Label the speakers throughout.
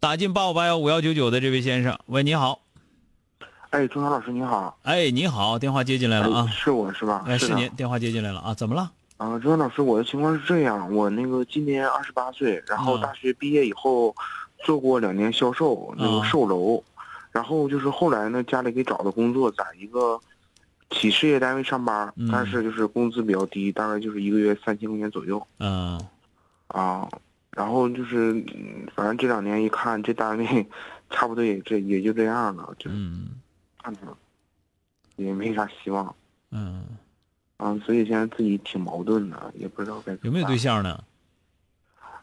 Speaker 1: 打进八五八幺五幺九九的这位先生，喂，你好，
Speaker 2: 哎，钟晓老师你好，
Speaker 1: 哎，你好，电话接进来了啊
Speaker 2: 哎，是我是吧？
Speaker 1: 哎，是
Speaker 2: 的
Speaker 1: 您，电话接进来了啊，怎么了？
Speaker 2: 啊，钟晓老师，我的情况是这样，我那个今年二十八岁，然后
Speaker 1: 嗯
Speaker 2: 大学毕业以后，做过两年销售，那
Speaker 1: 嗯
Speaker 2: 个售楼，然后就是后来呢，家里给找的工作在一个企事业单位上班，
Speaker 1: 嗯
Speaker 2: 但是就是工资比较低，大概就是一个月三千块钱左右
Speaker 1: 嗯、
Speaker 2: 啊。然后就是，嗯反正这两年一看，这单位 差不多也这也就这样了，就是
Speaker 1: 嗯
Speaker 2: 看着也没啥希望。
Speaker 1: 嗯，
Speaker 2: 啊，所以现在自己挺矛盾的，也不知道该怎么
Speaker 1: 有没有
Speaker 2: 办
Speaker 1: 对？象呢？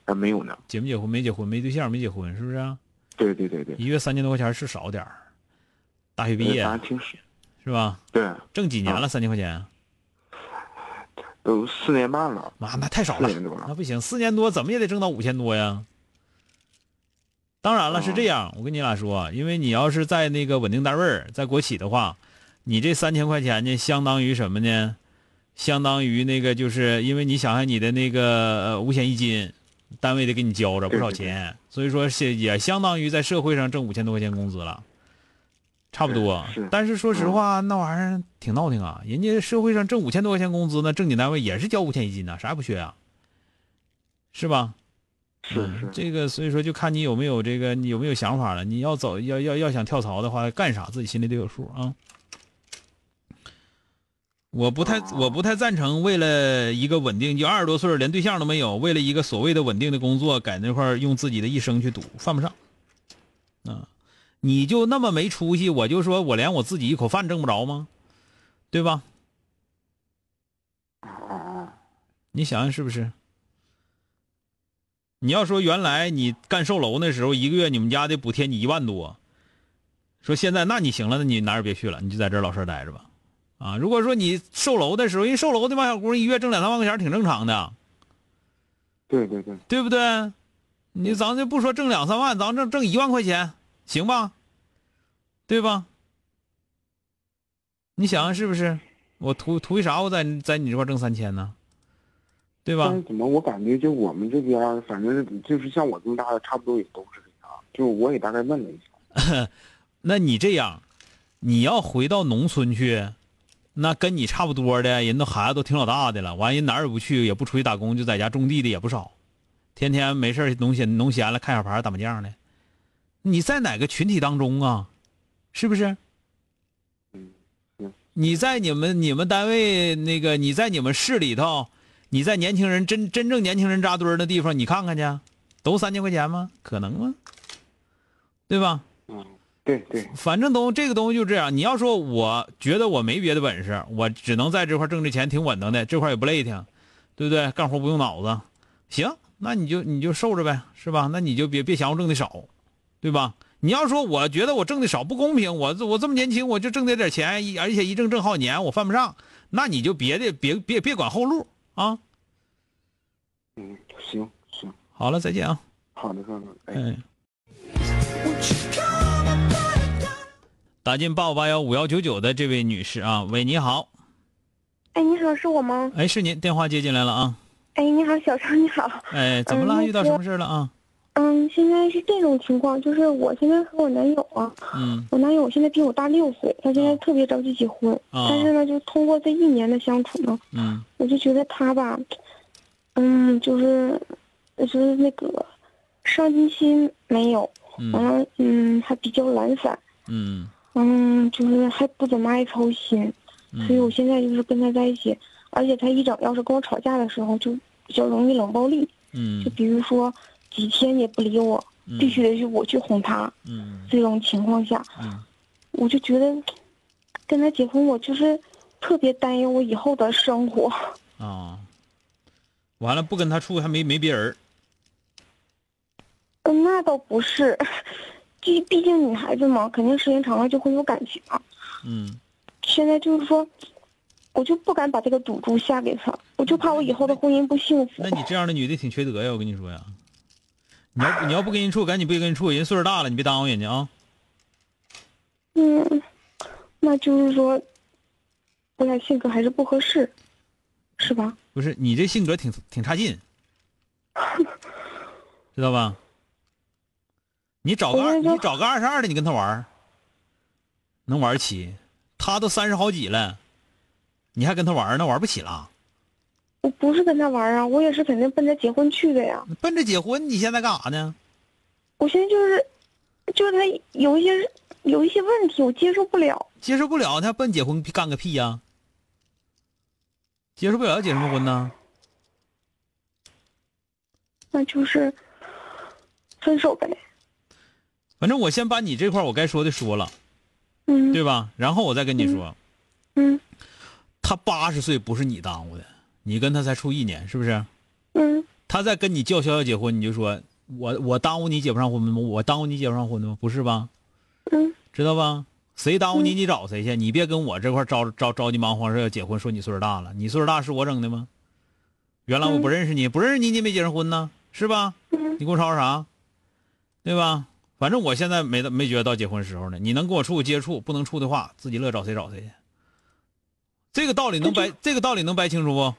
Speaker 2: 啊，没有呢。
Speaker 1: 结没结婚？没结婚，没对象，没结婚，是不是、啊？
Speaker 2: 对对对对，
Speaker 1: 一月三千多块钱是少点儿，大学毕业
Speaker 2: 反正挺少。
Speaker 1: 是吧？
Speaker 2: 对，
Speaker 1: 挣几年了？三千块钱，
Speaker 2: 都四年半了，
Speaker 1: 妈，那太少
Speaker 2: 四
Speaker 1: 了，
Speaker 2: 年多了
Speaker 1: 那不行，四年多怎么也得挣到五千多呀。当然了，
Speaker 2: 哦
Speaker 1: 是这样，我跟你俩说，因为你要是在那个稳定单位儿，在国企的话，你这三千块钱呢，相当于什么呢？相当于那个，就是因为你想想你的那个呃五险一金，单位得给你交着不少
Speaker 2: 对对对
Speaker 1: 钱，所以说是也相当于在社会上挣五千多块钱工资了，差不多
Speaker 2: 是是。
Speaker 1: 啊
Speaker 2: 嗯
Speaker 1: 但是说实话，那玩意儿挺闹挺啊，人家社会上挣五千多块钱工资呢，正经单位也是交五险一金呢，啥也不缺啊，是吧？
Speaker 2: 是
Speaker 1: 嗯
Speaker 2: 是，
Speaker 1: 这个所以说就看你有没有这个，你有没有想法了。你要走，要要要想跳槽的话，干啥自己心里得有数啊。我不太
Speaker 2: 哦，
Speaker 1: 我不太赞成为了一个稳定，就二十多岁儿连对象都没有，为了一个所谓的稳定的工作，在那块儿用自己的一生去赌，犯不上。啊，你就那么没出息，我就说我连我自己一口饭挣不着吗？对吧？
Speaker 2: 啊啊啊！
Speaker 1: 你想想是不是？你要说原来你干售楼那时候，一个月你们家得补贴你一万多，说现在那你行了，那你哪儿也别去了，你就在这儿老实儿待着吧。啊，如果说你售楼的时候，因为售楼那帮小姑娘一月挣两三万块钱儿挺正常的，
Speaker 2: 对对对，
Speaker 1: 对不对？你咱就不说挣两三万，咱挣挣一万块钱，行吧？对吧？你想想是不是？我图图为啥我在在你这块儿挣三千呢？对吧？
Speaker 2: 但是怎么我感觉就我们这边儿，反正就是像我这么大的，差不多也都是这样。就我也大概问了一下，
Speaker 1: 那你这样，你要回到农村去，那跟你差不多的人都孩子都挺老大的了，完人哪儿也不去，也不出去打工，就在家种地的也不少，天天没事儿农闲农闲了看小牌儿打麻将的，你在哪个群体当中啊？是不是？
Speaker 2: 嗯
Speaker 1: 你在你们你们单位那个，你在你们市里头，你在年轻人真真正年轻人扎堆儿的地方，你看看去，啊都三千块钱吗？可能吗？对吧？
Speaker 2: 嗯，对对，
Speaker 1: 反正东这个东西就这样。你要说我觉得我没别的本事，我只能在这块挣这钱挺稳当的，这块也不累挺，对不对？干活不用脑子，行，那你就你就受着呗，是吧？那你就别别嫌我挣的少，对吧？你要说我觉得我挣的少不公平，我这我这么年轻我就挣这点钱，一而且一挣挣好几年我犯不上，那你就别的别别别管后路啊。
Speaker 2: 嗯，行行，
Speaker 1: 好了，再见啊。
Speaker 2: 好的，哥哥，哎，
Speaker 1: 嗯。打进八五八幺五幺九九的这位女士啊，喂，你好，
Speaker 3: 哎，你好，是我吗？
Speaker 1: 哎，是您电话接进来了啊，
Speaker 3: 哎，你好，小张，你好。
Speaker 1: 哎，怎么
Speaker 3: 嗯
Speaker 1: 了？
Speaker 3: 那
Speaker 1: 遇到
Speaker 3: 个
Speaker 1: 什么事儿了啊？
Speaker 3: 嗯，现在是这种情况，就是我现在和我男友啊，
Speaker 1: 嗯
Speaker 3: 我男友现在比我大六岁，他现在
Speaker 1: 啊
Speaker 3: 特别着急结婚，
Speaker 1: 啊
Speaker 3: 但是呢，就通过这一年的相处呢，
Speaker 1: 嗯
Speaker 3: 我就觉得他吧，嗯，就是，就是那个，上进心没有，完
Speaker 1: 嗯
Speaker 3: 了嗯还比较懒散，
Speaker 1: 嗯
Speaker 3: 嗯就是还不怎么爱操心，所以我
Speaker 1: 嗯
Speaker 3: 现在就是跟他在一起，而且他一整要是跟我吵架的时候就比较容易冷暴力，就
Speaker 1: 嗯
Speaker 3: 比如说几天也不理我，
Speaker 1: 嗯，
Speaker 3: 必须得是我去哄他，
Speaker 1: 嗯
Speaker 3: 这种情况下，
Speaker 1: 嗯
Speaker 3: 我就觉得跟他结婚我就是特别担忧我以后的生活。
Speaker 1: 啊，完了不跟他处还没没别人儿
Speaker 3: 嗯，那倒不是，毕毕竟女孩子嘛，肯定时间长了就会有感情嘛。
Speaker 1: 嗯
Speaker 3: 现在就是说，我就不敢把这个赌注下给他，我就怕我以后的婚姻不幸福
Speaker 1: 那。你这样的女的挺缺德呀，我跟你说呀，你要你要不跟人处，赶紧别跟人处，人岁数大了，你别耽误人家啊。
Speaker 3: 嗯，那就是说，我俩性格还是不合适，是吧？
Speaker 1: 不是你这性格挺挺差 劲，知道吧？你找个
Speaker 3: 我
Speaker 1: 二，
Speaker 3: 跟你说
Speaker 1: 你找个二十二的，你跟他玩儿，能玩儿起？他都三十好几了，你还跟他玩儿呢，玩不起了。
Speaker 3: 我不是跟他玩啊，我也是肯定奔着结婚去的呀。
Speaker 1: 奔着结婚，你现在干啥呢？
Speaker 3: 我现在就是，就是他有一些有一些问题，我接受不了。
Speaker 1: 接受不了，他奔结婚干个屁呀、接受不了结什么婚呢？
Speaker 3: 那就是分手呗。
Speaker 1: 反正我先把你这块儿我该说的说了，
Speaker 3: 嗯，
Speaker 1: 对吧？然后我再跟你说，
Speaker 3: 嗯
Speaker 1: 他八十岁不是你耽误的，你跟他才处一年，是不是？
Speaker 3: 嗯，
Speaker 1: 他再跟你叫嚣要结婚，你就说我我耽误你结不上婚吗？我耽误你结不上婚吗？不是吧？
Speaker 3: 嗯，
Speaker 1: 知道吧？谁耽误你，你找谁去？你别跟我这块着着着急忙慌说要结婚，说你岁数大了，你岁数大是我整的吗？原来我不认识你，不认识你，你也没结上婚呢，是吧？
Speaker 3: 嗯
Speaker 1: 你跟我吵吵啥？对吧？反正我现在没没觉得到结婚时候呢。你能跟我处接触，不能处的话，自己乐找谁找谁去。这个道理能掰，这个道理能掰清楚不？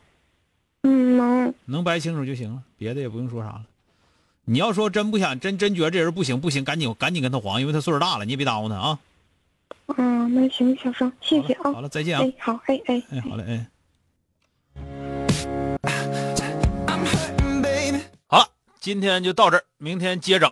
Speaker 3: 嗯，能，
Speaker 1: 能掰清楚就行了，别的也不用说啥了。你要说真不想，真真觉得这人不行不行，赶紧赶紧跟他黄，因为他岁数大了，你也别耽误他啊。
Speaker 3: 嗯，那行，小生，谢谢
Speaker 1: 好了
Speaker 3: 啊
Speaker 1: 好。了，再见啊
Speaker 3: 哎。，好，哎哎。
Speaker 1: 哎，好嘞，哎。好了，今天就到这儿，明天接整。